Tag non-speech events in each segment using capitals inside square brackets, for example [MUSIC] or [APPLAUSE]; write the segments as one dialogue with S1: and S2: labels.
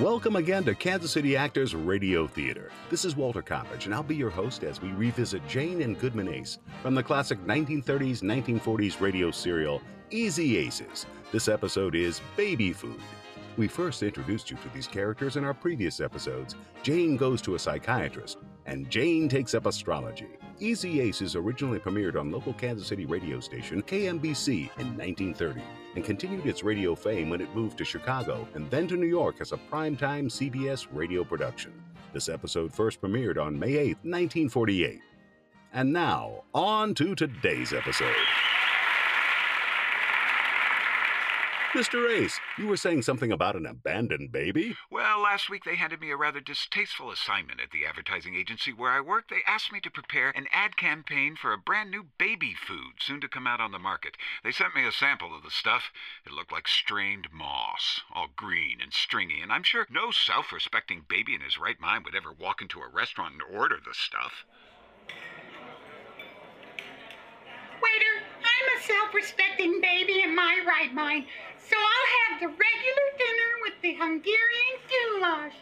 S1: Welcome again to Kansas City Actors Radio Theater. This is Walter Coppage, and I'll be your host as we revisit Jane and Goodman Ace from the classic 1930s 1940s radio serial Easy Aces. This episode is Baby Food. We first introduced you to these characters in our previous episodes. Jane goes to a psychiatrist, and Jane takes up astrology. Easy Aces originally premiered on local Kansas City radio station KMBC in 1930 and continued its radio fame when it moved to Chicago and then to New York as a primetime CBS radio production. This episode first premiered on May 8, 1948. And now, on to today's episode. Mr. Ace, you were saying something about an abandoned baby?
S2: Well, last week they handed me a rather distasteful assignment at the advertising agency where I work. They asked me to prepare an ad campaign for a brand new baby food soon to come out on the market. They sent me a sample of the stuff. It looked like strained moss, all green and stringy, and I'm sure no self respecting baby in his right mind would ever walk into a restaurant and order the stuff.
S3: Waiter, I'm a self respecting baby in my right mind, so I'll have the regular dinner with the Hungarian goulash.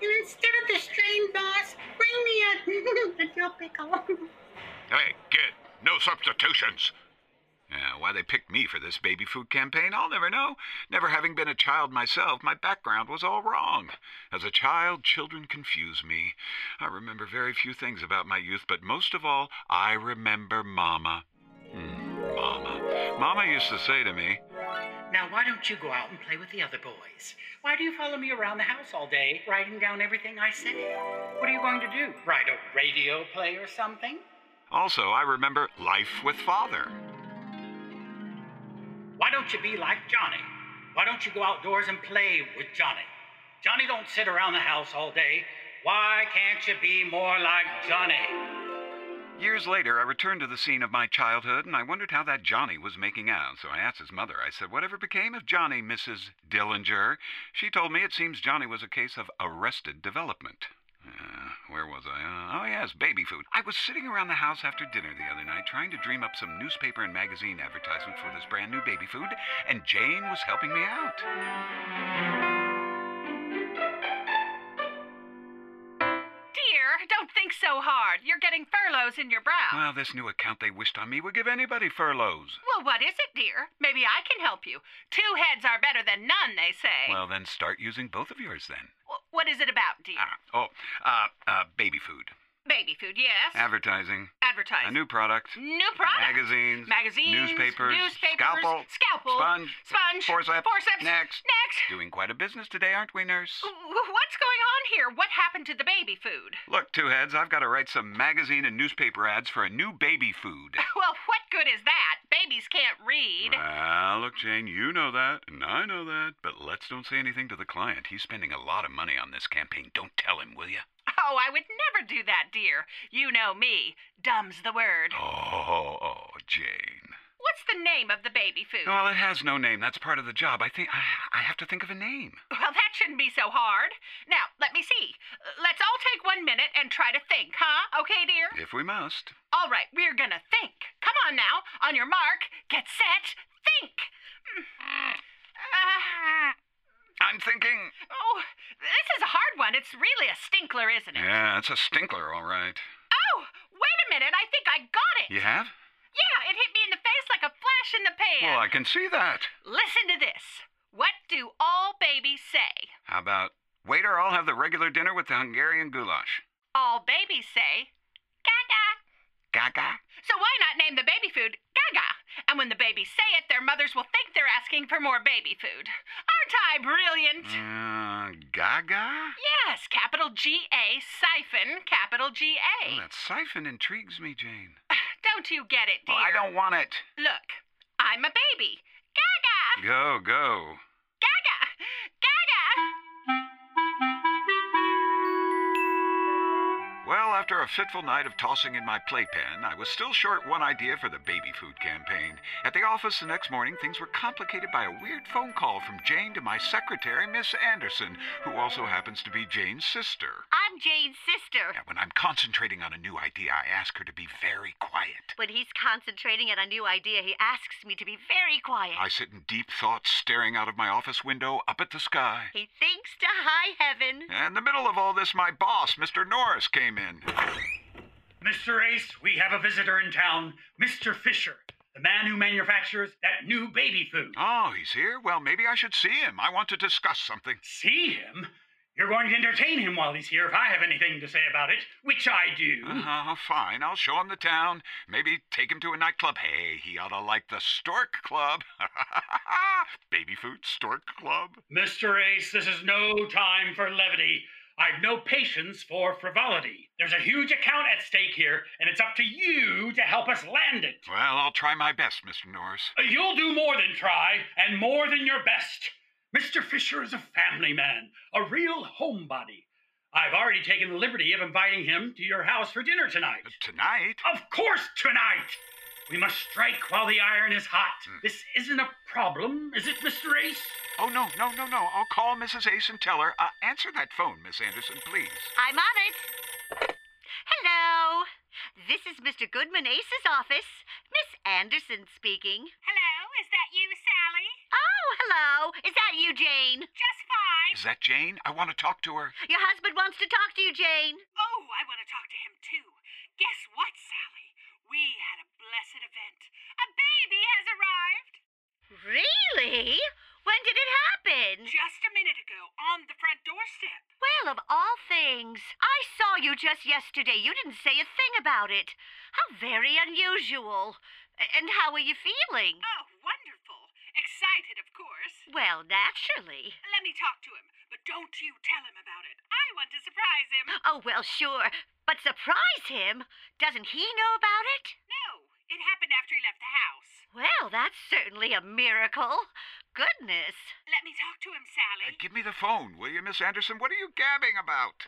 S3: And instead of the strained boss, bring me a, [LAUGHS] a dill pickle.
S2: Hey, kid, no substitutions. Yeah, why they picked me for this baby food campaign, I'll never know. Never having been a child myself, my background was all wrong. As a child, children confuse me. I remember very few things about my youth, but most of all, I remember Mama. Hmm, Mama. Mama used to say to me,
S4: Now, why don't you go out and play with the other boys? Why do you follow me around the house all day, writing down everything I say? What are you going to do? Write a radio play or something?
S2: Also, I remember life with father.
S4: Why don't you be like Johnny? Why don't you go outdoors and play with Johnny? Johnny don't sit around the house all day. Why can't you be more like Johnny?
S2: Years later, I returned to the scene of my childhood and I wondered how that Johnny was making out. So I asked his mother, I said, Whatever became of Johnny, Mrs. Dillinger? She told me it seems Johnny was a case of arrested development. Uh, where was I? Uh, oh, yes, baby food. I was sitting around the house after dinner the other night trying to dream up some newspaper and magazine advertisement for this brand new baby food, and Jane was helping me out.
S5: Dear, don't think so hard. You're getting furloughs in your brow.
S2: Well, this new account they wished on me would give anybody furloughs.
S5: Well, what is it, dear? Maybe I can help you. Two heads are better than none, they say.
S2: Well, then start using both of yours then.
S5: Wh- what is it about, dear?
S2: Ah, oh, uh, uh, baby food.
S5: Baby food, yes.
S2: Advertising.
S5: Advertising.
S2: A new product.
S5: New product.
S2: Magazines.
S5: Magazines.
S2: Newspapers.
S5: newspapers,
S2: Scalpel.
S5: Scalpel.
S2: Sponge.
S5: Sponge.
S2: Forceps.
S5: Forceps.
S2: Next.
S5: Next.
S2: Doing quite a business today, aren't we, nurse?
S5: W- w- What's going on here? What happened to the baby food? [LAUGHS]
S2: Look, two heads, I've got to write some magazine and newspaper ads for a new baby food.
S5: Well, what good is that? Babies can't read.
S2: Ah, look, Jane, you know that, and I know that, but let's don't say anything to the client. He's spending a lot of money on this campaign. Don't tell him, will you?
S5: Oh, I would never do that, dear. You know me. Dumb's the word.
S2: Oh, oh, Jane.
S5: What's the name of the baby food?
S2: Well, it has no name. That's part of the job. I think I, I have to think of a name.
S5: Well, that shouldn't be so hard. Now, let me see. Uh, Let's all take one minute and try to think, huh? Okay, dear?
S2: If we must.
S5: All right, we're gonna think. Come on now. On your mark, get set, think. Mm. Uh,
S2: I'm thinking.
S5: oh, this is a hard one. It's really a stinkler, isn't it?
S2: Yeah, it's a stinkler, all right.
S5: Oh, wait a minute. I think I got it.
S2: You have?
S5: Yeah, it hit me in the face like a flash in the pan.
S2: Well, I can see that.
S5: Listen to this. What do all babies say?
S2: How about, waiter, I'll have the regular dinner with the Hungarian goulash.
S5: All babies say, gaga.
S2: Gaga.
S5: So why not name the baby food Gaga? And when the babies say it, their mothers will think they're asking for more baby food. Aren't I brilliant?
S2: Uh, Gaga?
S5: Yes, capital G A siphon capital G
S2: Oh,
S5: A.
S2: that siphon intrigues me, Jane.
S5: Don't you get it, dear?
S2: Well, I don't want it.
S5: Look, I'm a baby. Gaga,
S2: Go, go.
S5: Gaga, Gaga.
S2: Well, I after a fitful night of tossing in my playpen, I was still short one idea for the baby food campaign. At the office the next morning, things were complicated by a weird phone call from Jane to my secretary, Miss Anderson, who also happens to be Jane's sister.
S5: I'm Jane's sister.
S2: And when I'm concentrating on a new idea, I ask her to be very quiet.
S5: When he's concentrating on a new idea, he asks me to be very quiet.
S2: I sit in deep thought, staring out of my office window up at the sky.
S5: He thinks to high heaven.
S2: In the middle of all this, my boss, Mr. Norris, came in.
S4: Mr. Ace, we have a visitor in town, Mr. Fisher, the man who manufactures that new baby food.
S2: Oh, he's here? Well, maybe I should see him. I want to discuss something.
S4: See him? You're going to entertain him while he's here if I have anything to say about it, which I do.
S2: Uh, fine, I'll show him the town. Maybe take him to a nightclub. Hey, he ought to like the Stork Club. [LAUGHS] Baby food Stork Club.
S4: Mr. Ace, this is no time for levity. I've no patience for frivolity. There's a huge account at stake here, and it's up to you to help us land it.
S2: Well, I'll try my best, Mr. Norris.
S4: Uh, You'll do more than try, and more than your best. Mr. Fisher is a family man, a real homebody. I've already taken the liberty of inviting him to your house for dinner tonight.
S2: Tonight?
S4: Of course, tonight! We must strike while the iron is hot. This isn't a problem, is it, Mr. Ace?
S2: Oh, no, no, no, no. I'll call Mrs. Ace and tell her. Uh, answer that phone, Miss Anderson, please.
S5: I'm on it. Hello. This is Mr. Goodman Ace's office. Miss Anderson speaking.
S6: Hello, is that you, Sally?
S5: Oh, hello. Is that you, Jane?
S6: Just fine.
S2: Is that Jane? I want to talk to her.
S5: Your husband wants to talk to you, Jane.
S6: Oh, I want to talk to him too. Guess what, Sally? We had a blessed event. A baby has arrived.
S5: Really? When did it happen?
S6: Just a minute ago, on the front doorstep.
S5: Well, of all things, I saw you just yesterday. You didn't say a thing about it. How very unusual. A- And how are you feeling?
S6: Oh, wonderful. Excited, of course.
S5: Well, naturally.
S6: Let me talk to him, but don't you tell him about it. I want to surprise him.
S5: Oh, well, sure. But surprise him. Doesn't he know about it?
S6: No, it happened after he left the house.
S5: Well, that's certainly a miracle. Goodness.
S6: Let me talk to him,
S2: Uh,
S6: Sally.
S2: give me the phone, will you, Miss Anderson? What are you gabbing about?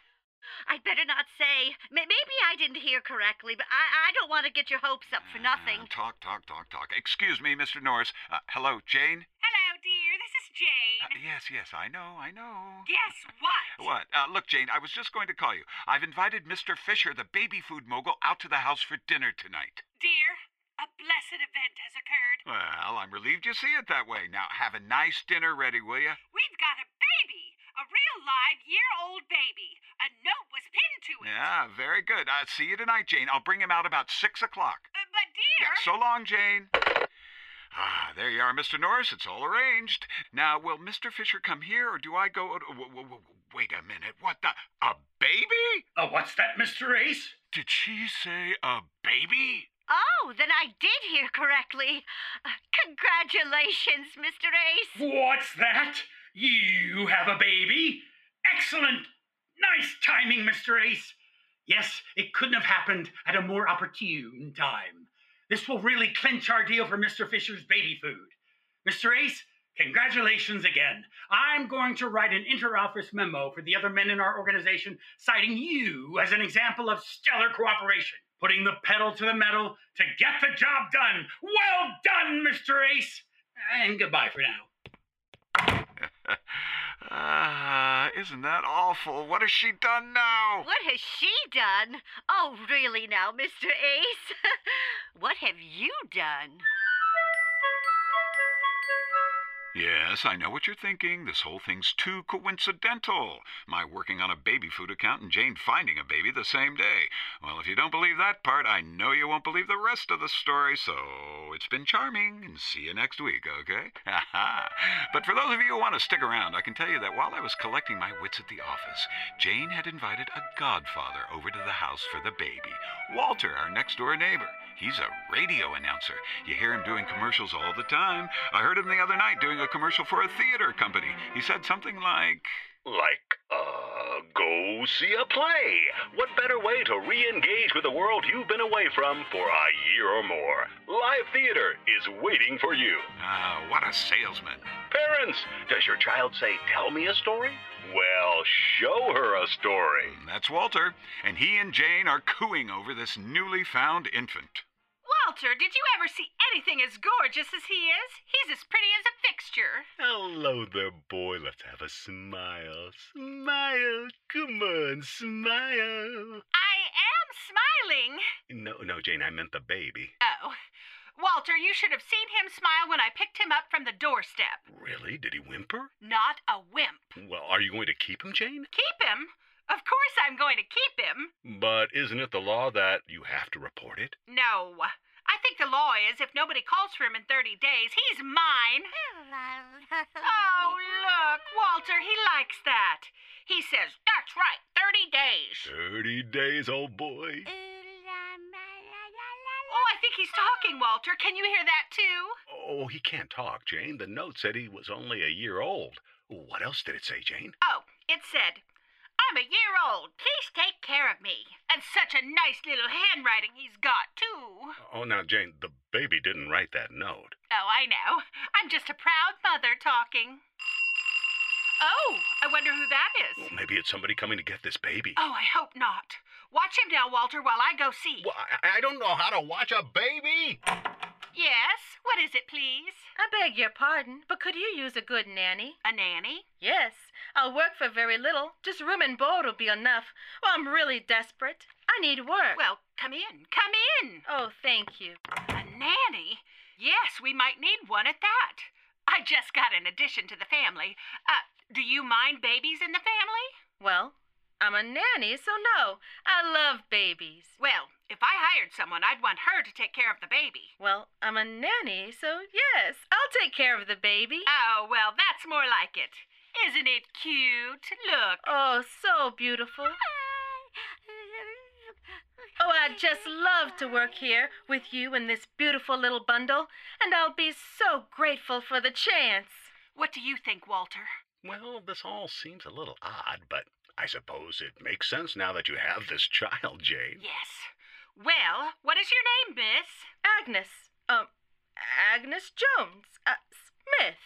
S5: I'd better not say. May- Maybe I didn't hear correctly, but I, I don't want to get your hopes up for
S2: Uh,
S5: nothing.
S2: talk, talk, talk, talk. Excuse me, Mr. Norris. Uh, hello, Jane?
S6: Hello, dear. This is
S2: Uh,
S6: Jane.
S2: yes, yes, I know, I know.
S6: Guess what?
S2: What? Uh, look, Jane, I was just going to call you. I've invited Mr. Fisher, the baby food mogul, out to the house for dinner tonight.
S6: Dear, a blessed event has occurred.
S2: Well, I'm relieved you see it that way. Now, have a nice dinner ready, will you?
S6: We've got a baby, a real live year old baby. A note was pinned to it.
S2: Yeah, very good. Uh, see you tonight, Jane. I'll bring him out about 6 o'clock.
S6: Uh, but, dear,
S2: Yeah, so long, Jane. Ah, there you are, Mr. Norris. It's all arranged. Now, will Mr. Fisher come here, or do I go? w- w- w- Wait a minute. What the? A baby?
S4: Uh, what's that, Mr. Ace?
S2: Did she say a baby?
S5: Oh, then I did hear correctly. Uh, Congratulations, Mr. Ace.
S4: What's that? You have a baby? Excellent! Nice timing, Mr. Ace. Yes, it couldn't have happened at a more opportune time. This will really clinch our deal for Mr. Fisher's baby food. Mr. Ace, congratulations again. I'm going to write an interoffice memo for the other men in our organization citing you as an example of stellar cooperation, putting the pedal to the metal to get the job done. Well done, Mr. Ace! And goodbye for now.
S2: Ah, isn't that awful? What has she done now?
S5: What has she done? Oh, really now, Mr. Ace? [LAUGHS] what have you done?
S2: Yes, I know what you're thinking. This whole thing's too coincidental. My working on a baby food account and Jane finding a baby the same day. Well, if you don't believe that part, I know you won't believe the rest of the story, so it's been charming, and see you next week, okay? [LAUGHS] but for those of you who want to stick around, I can tell you that while I was collecting my wits at the office, Jane had invited a godfather over to the house for the baby. Walter, our next door neighbor. He's a radio announcer. You hear him doing commercials all the time. I heard him the other night doing a commercial for a theater company. He said something like,
S1: Like, uh, go see a play. What better way to re engage with the world you've been away from for a year or more? Live theater is waiting for you.
S2: Ah, what a salesman.
S1: Parents, does your child say, Tell me a story? Well, show her a story.
S2: That's Walter, and he and Jane are cooing over this newly found infant.
S6: Walter, did you ever see anything as gorgeous as he is? He's as pretty as a fixture.
S1: Hello there, boy. Let's have a smile. Smile. Come on, smile.
S6: I am smiling.
S1: No, no, Jane, I meant the baby.
S6: Oh. Walter, you should have seen him smile when I picked him up from the doorstep.
S1: Really? Did he whimper?
S6: Not a wimp.
S1: Well, are you going to keep him, Jane?
S6: Keep him? Of course I'm going to keep him.
S1: But isn't it the law that you have to report it?
S6: No. I think the law is if nobody calls for him in 30 days, he's mine. Oh, look, Walter, he likes that. He says, that's right, 30 days.
S1: 30 days, old boy.
S6: Oh, I think he's talking, Walter. Can you hear that, too?
S1: Oh, he can't talk, Jane. The note said he was only a year old. What else did it say, Jane?
S6: Oh, it said, I'm a year old. Please take care of me. And such a nice little handwriting he's got, too.
S1: Oh, now, Jane, the baby didn't write that note.
S6: Oh, I know. I'm just a proud mother talking. Oh, I wonder who that
S1: Well,
S6: is.
S1: maybe it's somebody coming to get this baby.
S6: Oh, I hope not. Watch him now, Walter, while I go see.
S1: Well, I, I don't know how to watch a baby.
S6: Yes, what is it, please?
S7: I beg your pardon, but could you use a good nanny?
S6: A nanny?
S7: Yes, I'll work for very little. Just room and board will be enough. Well, I'm really desperate. I need work.
S6: Well, come in, come in.
S7: oh, thank you.
S6: A nanny? Yes, we might need one at that. I just got an addition to the family. Uh, do you mind babies in the family?
S7: Well, I'm a nanny, so no. I love babies.
S6: Well, if I hired someone, I'd want her to take care of the baby.
S7: Well, I'm a nanny, so yes, I'll take care of the baby.
S6: Oh, well, that's more like it. Isn't it cute? Look.
S7: Oh, so beautiful. Oh, I'd just love to work here with you in this beautiful little bundle, and I'll be so grateful for the chance.
S6: What do you think, Walter?
S1: Well, this all seems a little odd, but I suppose it makes sense now that you have this [LAUGHS] child, Jane.
S6: Yes. Well, what is your name, miss?
S7: Agnes, um, Agnes Jones, uh, Smith.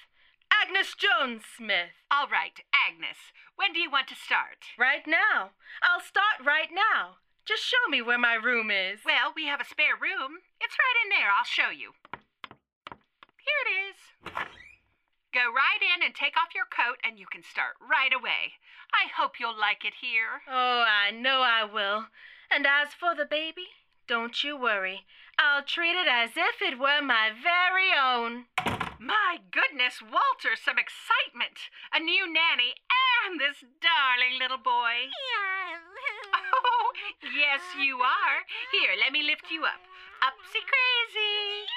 S7: Agnes Jones Smith.
S6: All right, Agnes. When do you want to start?
S7: Right now. I'll start right now. Just show me where my room is.
S6: Well, we have a spare room. It's right in there. I'll show you. Here it is. Go right in and take off your coat, and you can start right away. I hope you'll like it here.
S7: Oh, I know I will. And as for the baby, don't you worry. I'll treat it as if it were my very own.
S6: My goodness, Walter, some excitement! A new nanny and this darling little boy. Oh, yes, you are. Here, let me lift you up. Upsy crazy.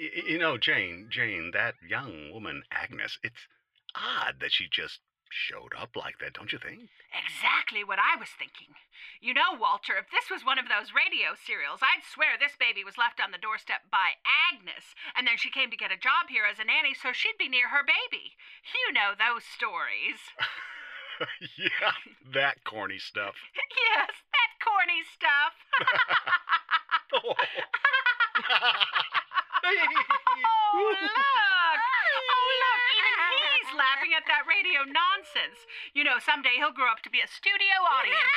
S1: Y- y- You know, Jane, Jane, that young woman, Agnes, it's odd that she just showed up like that, don't you think? [LAUGHS]
S6: Exactly what I was thinking. You know, Walter, if this was one of those radio serials, I'd swear this baby was left on the doorstep by Agnes, and then she came to get a job here as a nanny so she'd be near her baby. You know those stories. [LAUGHS]
S1: yeah, that corny stuff.
S6: yes, that corny [LAUGHS] stuff. Oh, look! Oh, look! Even he's laughing at that radio nonsense. You know, someday he'll grow up to be a studio audience.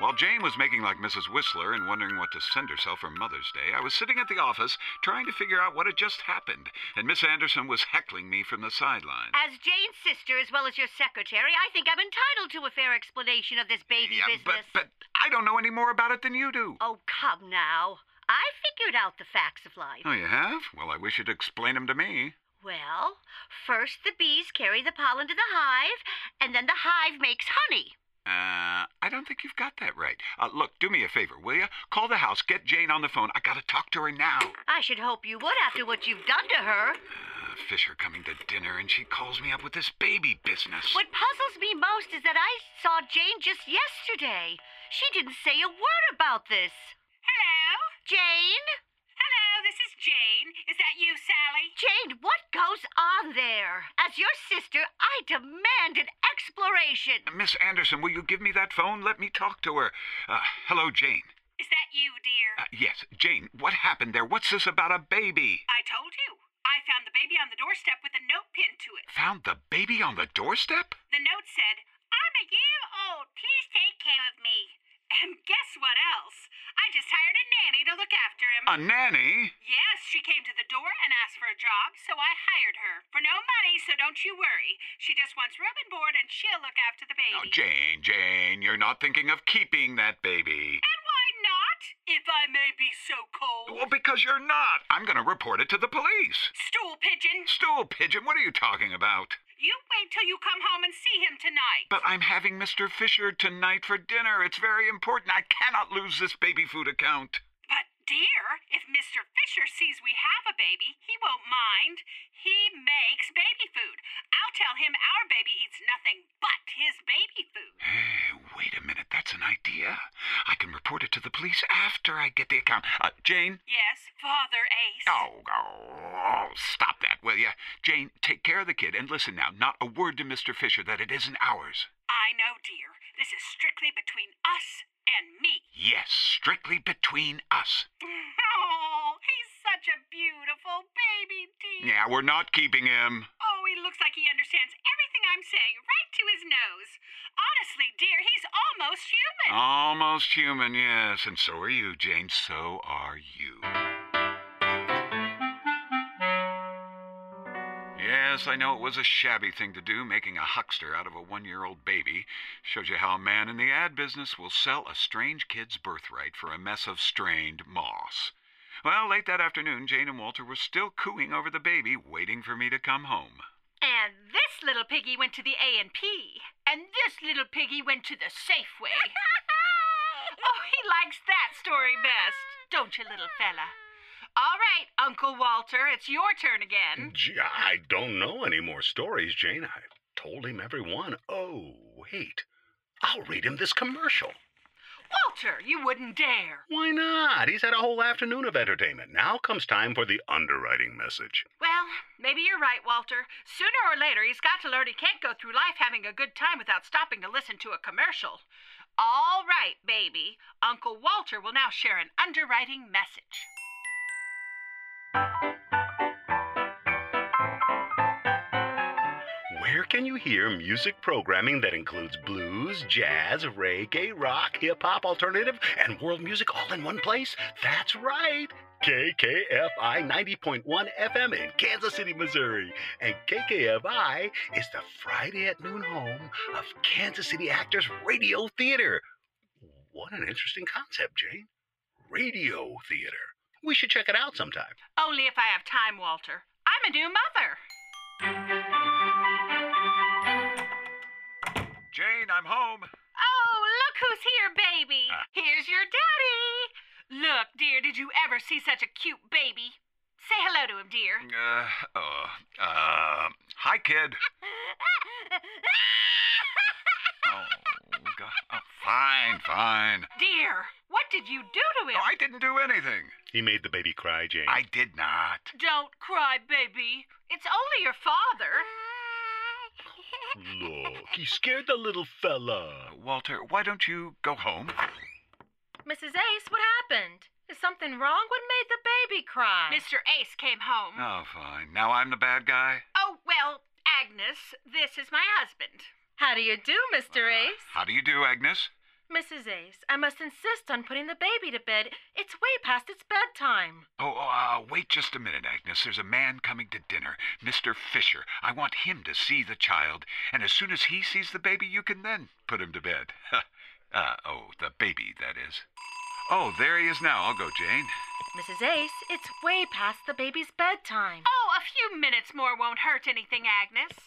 S2: While Jane was making like Mrs. Whistler and wondering what to send herself for Mother's Day, I was sitting at the office trying to figure out what had just happened, and Miss Anderson was heckling me from the sideline.
S5: As Jane's sister, as well as your secretary, I think I'm entitled to a fair explanation of this baby
S2: Yeah,
S5: business.
S2: But, but I don't know any more about it than you do.
S5: Oh, come now. I figured out the facts of life.
S2: Oh, you have? Well, I wish you'd explain them to me.
S5: Well, first the bees carry the pollen to the hive, and then the hive makes honey.
S2: Uh, I don't think you've got that right. Uh, look, do me a favor, will you? Call the house, get Jane on the phone. I gotta talk to her now.
S5: I should hope you would after what you've done to her.
S2: Uh, Fisher coming to dinner, and she calls me up with this baby business.
S5: What puzzles me most is that I saw Jane just yesterday. She didn't say a word about this.
S6: Hello?
S5: Jane?
S6: Hello, Oh, this is Jane. Is that you, Sally?
S5: Jane, what goes on there? As your sister, I demand an exploration.
S2: Miss Anderson, will you give me that phone? Let me talk to her. Uh, hello, Jane.
S6: Is that you, dear?
S2: Uh, yes, Jane, what happened there? What's this about a baby?
S6: I told you. I found the baby on the doorstep with a note pinned to it.
S2: Found the baby on the doorstep?
S6: The note said, I'm a year old. Please take care of me. And guess what else? I just hired a nanny to look after him.
S2: A nanny?
S6: Yes, she came to the door and asked for a job, so I hired her. For no money, so don't you worry. She just wants room and board, and she'll look after the
S2: Now,
S6: baby.
S2: Oh, Jane, Jane, you're not thinking of keeping that baby.
S6: and why not? If I may be so
S2: Well,
S6: cold.
S2: because you're not. I'm going to report it to the police.
S6: Stool pigeon,
S2: Stool pigeon, what are you talking about?
S6: you wait till you come home and see him tonight.
S2: But I'm having Mr. Fisher tonight for dinner. It's very important. I cannot lose this baby food account.
S6: But, dear, if Mr. Fisher sees we have a baby, he won't mind. He makes baby food. I'll tell him our baby eats nothing but his baby food.
S2: Hey, wait a minute. That's an idea. I can report it to the police after I get the account. Uh, Jane?
S6: Yes, Father Ace.
S2: Oh, oh, oh, stop that, will you? Jane, take care of the kid and listen now. Not a word to Mr. Fisher that it isn't ours.
S6: I know, dear. This is strictly between us and me. [LAUGHS]
S2: Yes, strictly between us.
S6: Oh, he's such a beautiful baby, dear.
S2: Yeah, we're not keeping him.
S6: Oh, he looks like he understands everything I'm saying right to his nose. Honestly, dear, he's almost
S2: Oh.
S6: human.
S2: Almost human, yes. And so are you, Jane. So are you. Yes, I know it was a shabby thing to do, making a huckster out of a one year old baby. Shows you how a man in the ad business will sell a strange kid's birthright for a mess of strained moss. Well, late that afternoon, Jane and Walter were still cooing over the baby, waiting for me to come home.
S6: And this little piggy went to the A and P, and this little piggy went to the
S7: [LAUGHS]
S6: Safeway. oh, he likes that story best, don't you, little fella? All right, Uncle Walter, it's your turn again.
S1: Gee, I don't know any more stories, Jane. I told him every one. Oh, wait. I'll read him this commercial.
S6: Walter, you wouldn't dare.
S1: Why not? He's had a whole afternoon of entertainment. Now comes time for the underwriting message.
S6: Well, maybe you're right, Walter. Sooner or later, he's got to learn he can't go through life having a good time without stopping to listen to a commercial. All right, baby. Uncle Walter will now share an underwriting message.
S1: Where can you hear music programming that includes blues, jazz, reggae, rock, hip hop, alternative, and world music all in one place? That's right. KKFI 90.1 FM in Kansas City, Missouri. And KKFI is the Friday at noon home of Kansas City Actors Radio Theater. What an interesting concept, Jane. Radio theater. We should check it out sometime.
S6: Only if I have time, Walter. I'm a new mother.
S2: Jane, I'm home.
S6: Oh, look who's here, baby.
S2: Ah.
S6: Here's your daddy. Look, dear, did you ever see such a cute baby? Say hello to him, dear.
S2: Uh, oh, uh, hi,
S6: [LAUGHS]
S2: kid. Oh, God. Oh, fine, fine.
S6: Dear, what did you do to
S2: No,
S6: him?
S2: I didn't do anything.
S1: He made the baby cry, Jane.
S2: I did not.
S6: Don't cry, baby. It's only your father.
S1: Look, he scared the little fella.
S2: Uh, Walter, why don't you go home?
S7: Mrs. Ace, what happened? Is something wrong? What made the baby cry?
S6: Mr. Ace came home.
S2: Oh, fine. Now I'm the bad guy?
S6: Oh, well, Agnes, this is my husband.
S7: How do you do, Mr. Ace?
S2: How do you do, Agnes?
S7: Mrs. Ace, I must insist on putting the baby to bed. It's way past its bedtime.
S2: Oh, uh, wait just a minute, Agnes. There's a man coming to dinner, Mr. Fisher. I want him to see the child, and as soon as he sees the baby, you can then put him to bed. [LAUGHS] uh, oh, the baby, that is. Oh, there he is now. I'll go, Jane.
S7: Mrs. Ace, it's way past the baby's bedtime.
S6: Oh, a few minutes more won't hurt anything, Agnes.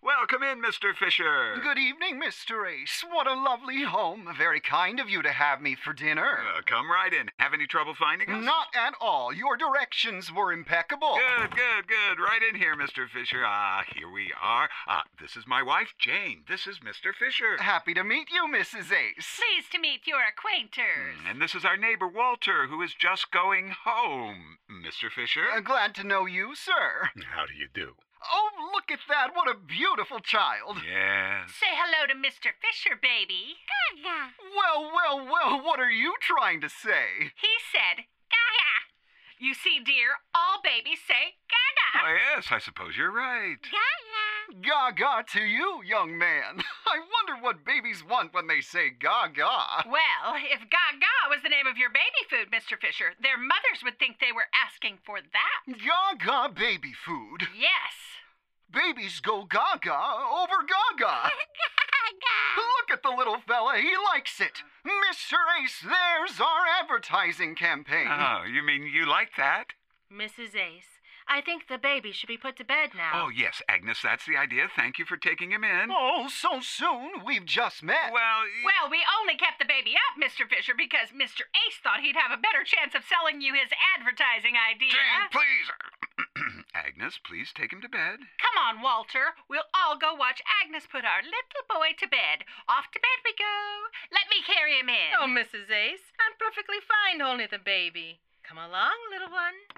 S2: Welcome in, Mr. Fisher.
S6: Good evening, Mr. Ace. What a lovely home. Very kind of you to have me for dinner.
S2: Uh, come right in. Have any trouble finding us?
S6: Not at all. Your directions were impeccable.
S2: Good, good, good. Right in here, Mr. Fisher. Ah, here we are. Ah, this is my wife, Jane. This is Mr. Fisher.
S6: Happy to meet you, Mrs. Ace.
S7: Pleased to meet your acquainters.
S2: And this is our neighbor, Walter, who is just going home, Mr. Fisher.
S6: Uh, glad to know you, sir.
S2: How do you do?
S6: Oh, look at that. What a beautiful [LAUGHS] child.
S2: Yes.
S7: Say hello to Mr. Fisher, baby.
S8: Gaga.
S6: Well, well, well, what are you trying to say?
S7: He said, Gaga. You see, dear, all babies say Gaga.
S2: Oh, yes, I suppose you're right.
S8: Gaga.
S6: Gaga to you, young man. [LAUGHS] I wonder what babies want when they say gaga.
S7: Well, if Gaga was the name of your baby food, Mr. Fisher, their mothers would think they were asking for that.
S6: Gaga baby food.
S7: Yes.
S6: Babies go gaga over gaga. [LAUGHS]
S8: Gaga.
S6: Look at the little fella, he likes it. Mr. Ace, there's our advertising campaign.
S1: Ah.
S2: Oh, you mean you like that?
S5: Mrs. Ace, I think the baby should be put to bed
S2: Oh,
S5: now.
S2: yes, Agnes, that's the idea. Thank you for taking him in.
S6: Oh, so soon? We've just met.
S2: Well, y-
S7: Well, we only kept the baby up, Mr. Fisher, because Mr. Ace thought he'd have a better chance of selling you his advertising idea.
S2: Jane, please. [CLEARS THROAT] Agnes, please take him to bed.
S7: Come on, Walter. We'll all go watch Agnes put our little boy to bed. Off to bed we go. Let me carry him in.
S5: Oh, Mrs. Ace, I'm perfectly fine holding the baby. Come along, little one.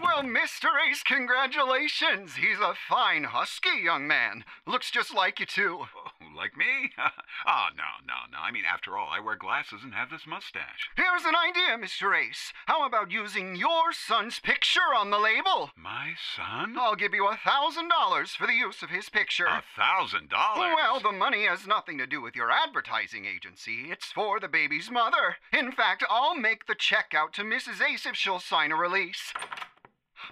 S6: Well, Mr. Ace, congratulations. He's a fine, husky young man. Looks just like you, too.
S2: Oh, like me? [LAUGHS] Ah, no, no, no. I mean, after all, I wear glasses and have this mustache.
S6: Here's an idea, Mr. Ace. How about using your son's picture on the label?
S2: My son?
S6: I'll give you a thousand dollars for the use of his picture.
S2: A thousand dollars.
S6: Well, the money has nothing to do with your advertising agency. It's for the baby's mother. In fact, I'll make the check out to Mrs. Ace if she'll sign a release.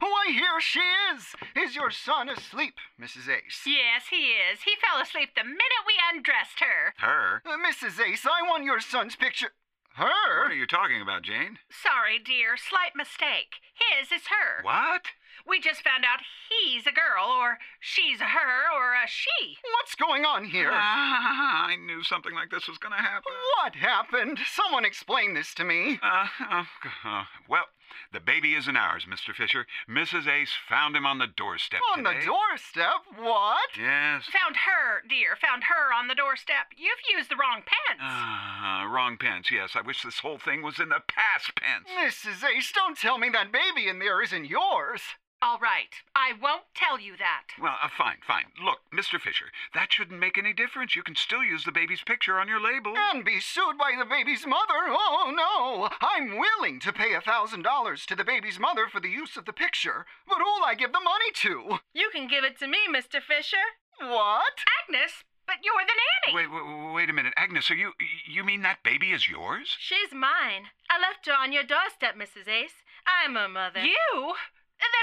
S6: Why, here she is! Is your son asleep, Mrs. Ace?
S7: Yes, he is. He fell asleep the minute we undressed her.
S2: Her?
S6: Uh, Mrs. Ace, I want your son's picture.
S2: What
S6: Her?
S2: are you talking about, Jane?
S7: Sorry, dear. Slight mistake. His is her.
S2: What?
S7: We just found out he's a girl, or she's a her, or a she.
S6: What's going on here?
S2: Ah, I knew something like this was going to happen.
S6: What happened? Someone explain this to me.
S2: Uh, oh, g- uh, well, the baby isn't ours, Mr. Fisher. Mrs. Ace found him on the doorstep.
S6: On the
S2: today.
S6: doorstep? What?
S2: Yes.
S7: Found her, dear. Found her on the doorstep. You've used the wrong pence.
S2: Ah, wrong pants. Yes, I wish this whole thing was in the past pants.
S6: Mrs. Ace, don't tell me that baby in there isn't yours.
S7: All right. I won't tell you that.
S2: Well, uh, fine, fine. Look, Mr. Fisher, that shouldn't make any difference. You can still use the baby's picture on your label.
S6: And be sued by the baby's mother? Oh, no. I'm willing to pay a $1,000 to the baby's mother for the use of the picture, but who'll I give the money to?
S5: You can give it to me, Mr. Fisher.
S6: What?
S7: Agnes, but you're the nanny.
S2: Wait, wait, wait a minute, Agnes. Are you you mean that baby is yours?
S5: She's mine. I left her on your doorstep, Mrs. Ace. I'm her mother.
S7: You?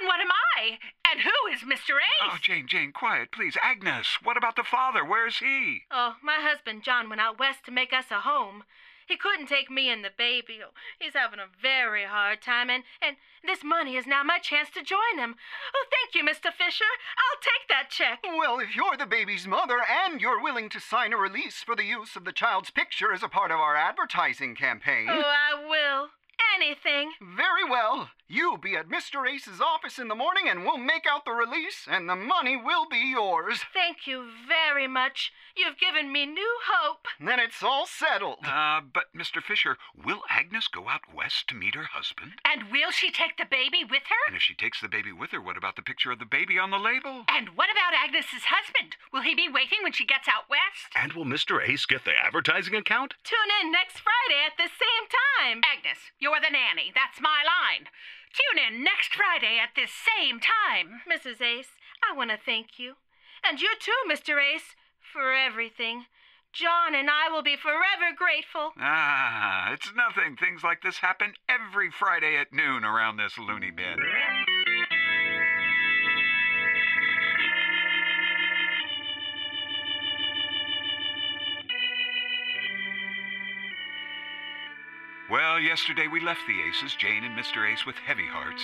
S7: Then what am I? And who is Mr. Ace?
S2: Oh, Jane, Jane, quiet, please. Agnes, what about the father? Where is he?
S5: Oh, my husband John went out west to make us a home. He couldn't take me and the baby. Oh, he's having a very hard time, and, and this money is now my chance to join him. Oh, thank you, Mr. Fisher. I'll take that check.
S6: Well, if you're the baby's mother and you're willing to sign a release for the use of the child's picture as a part of our advertising campaign.
S7: Mm.
S5: Oh, I will. Anything.
S6: Very well. You be at Mr. Ace's office in the morning and we'll make out the release, and the money will be yours.
S5: Thank you very much. You've given me new hope.
S6: Then it's all settled.
S2: Uh, but Mr. Fisher, will Agnes go out west to meet her husband?
S7: And will she take the baby with
S2: And
S7: her?
S2: if she takes the baby with her, what about the picture of the baby on the label?
S7: And what about Agnes's husband? Will he be waiting when she gets out west?
S1: And will Mr. Ace get the advertising account?
S5: Tune in next Friday at the same time.
S7: Agnes, you're the nanny. That's my line. Tune in next Friday at this same time.
S5: Mrs. Ace, I want to thank you. And you too, Mr. Ace, for everything. John and I will be forever grateful.
S2: Ah, it's nothing. Things like this happen every Friday at noon around this loony bin. Well, yesterday we left the Aces, Jane and Mr. Ace, with heavy hearts.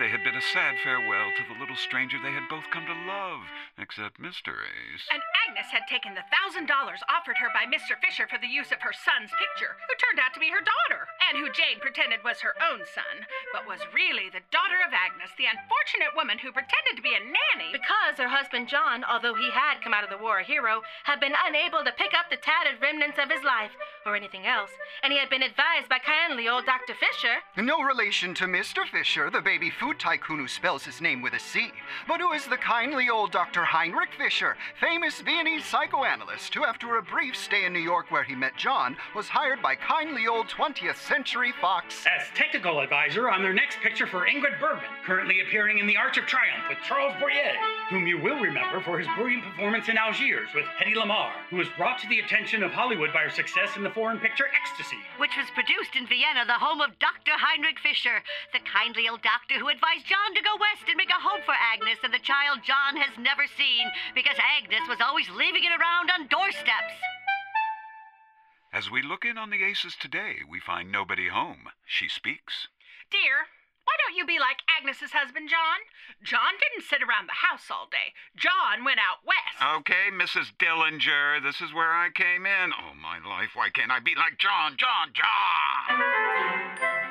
S2: They had bid a sad farewell to the little stranger they had both come to love, except Mr. Ace.
S6: And Agnes had taken the thousand dollars offered her by Mr. Fisher for the use of her son's picture, who turned out to be her daughter, and who Jane pretended was her own son, but was really the daughter of Agnes, the unfortunate woman who pretended to be a nanny.
S7: Because her husband John, although he had come out of the war a hero, had been unable to pick up the tattered remnants of his life or anything else, and he had been advised by kindly old Dr. Fisher.
S9: No relation to Mr. Fisher, the baby food tycoon who spells his name with a C, but who is the kindly old Dr. Heinrich Fisher, famous Viennese psychoanalyst who, after a brief stay in New York where he met John, was hired by kindly old 20th Century Fox.
S4: As technical advisor on their next picture for Ingrid Bergman, currently appearing in The Arch of Triumph with Charles Boyer, whom you will remember for his brilliant performance in Algiers with Hedy Lamarr, who was brought to the attention of Hollywood by her success in the foreign picture Ecstasy.
S5: which was produced in Vienna, the home of Dr. Heinrich Fischer, the kindly old doctor who advised John to go west and make a home for Agnes and the child John has never seen because Agnes was always leaving it around on doorsteps.
S2: As we look in on the Aces today, we find nobody home. She speaks.
S6: Dear, why don't you be like Agnes's husband, John? John didn't sit around the house all day. John went out west.
S2: Okay, Mrs. Dillinger, this is where I came in. Oh, my life, why can't I be like John, John, John?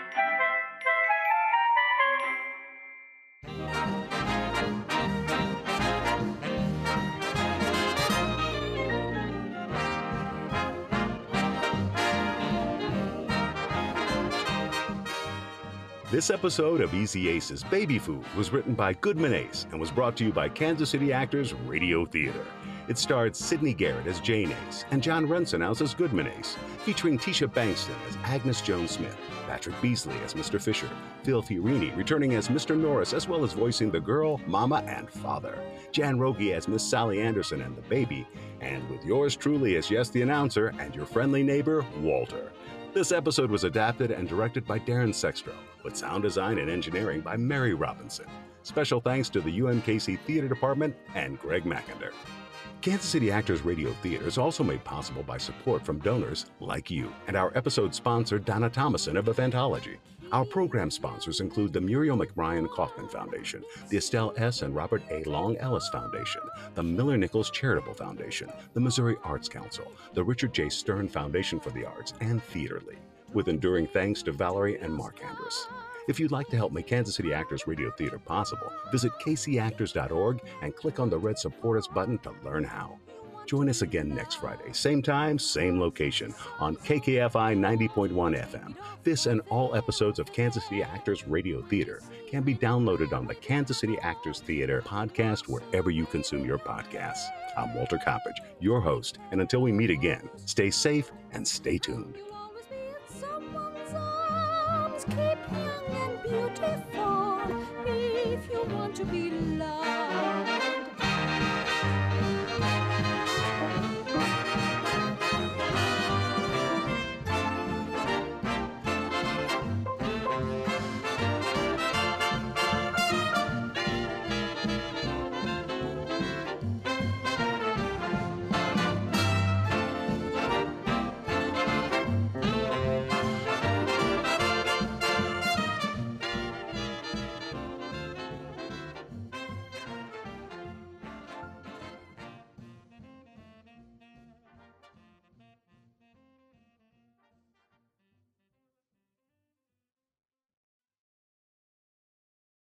S1: This episode of Easy Ace's Baby Food was written by Goodman Ace and was brought to you by Kansas City Actors Radio Theater. It starred Sidney Garrett as Jane Ace and John Rensenhouse as Goodman Ace, featuring Tisha Bankston as Agnes Jones Smith, Patrick Beasley as Mr. Fisher, Phil Fiorini returning as Mr. Norris, as well as voicing the girl, mama, and father, Jan Rogi as Miss Sally Anderson and the baby, and with yours truly as Yes the Announcer and your friendly neighbor, Walter. This episode was adapted and directed by Darren Sextro, with sound design and engineering by Mary Robinson. Special thanks to the UMKC Theater Department and Greg McInder. Kansas City Actors Radio Theater is also made possible by support from donors like you and our episode sponsor, Donna Thomason of Eventology. Our program sponsors include the Muriel McBrien Kaufman Foundation, the Estelle S. and Robert A. Long Ellis Foundation, the Miller Nichols Charitable Foundation, the Missouri Arts Council, the Richard J. Stern Foundation for the Arts, and Theater League, with enduring thanks to Valerie and Mark Andrus. If you'd like to help make Kansas City Actors Radio Theater possible, visit kcactors.org and click on the red Support Us button to learn how. Join us again next Friday, same time, same location, on KKFI 90.1 FM. This and all episodes of Kansas City Actors Radio Theater can be downloaded on the Kansas City Actors Theater podcast wherever you consume your podcasts. I'm Walter Coppage, your host, and until we meet again, stay safe and stay tuned.
S10: You'll always be in someone's arms. Keep young and beautiful if you want to be loved.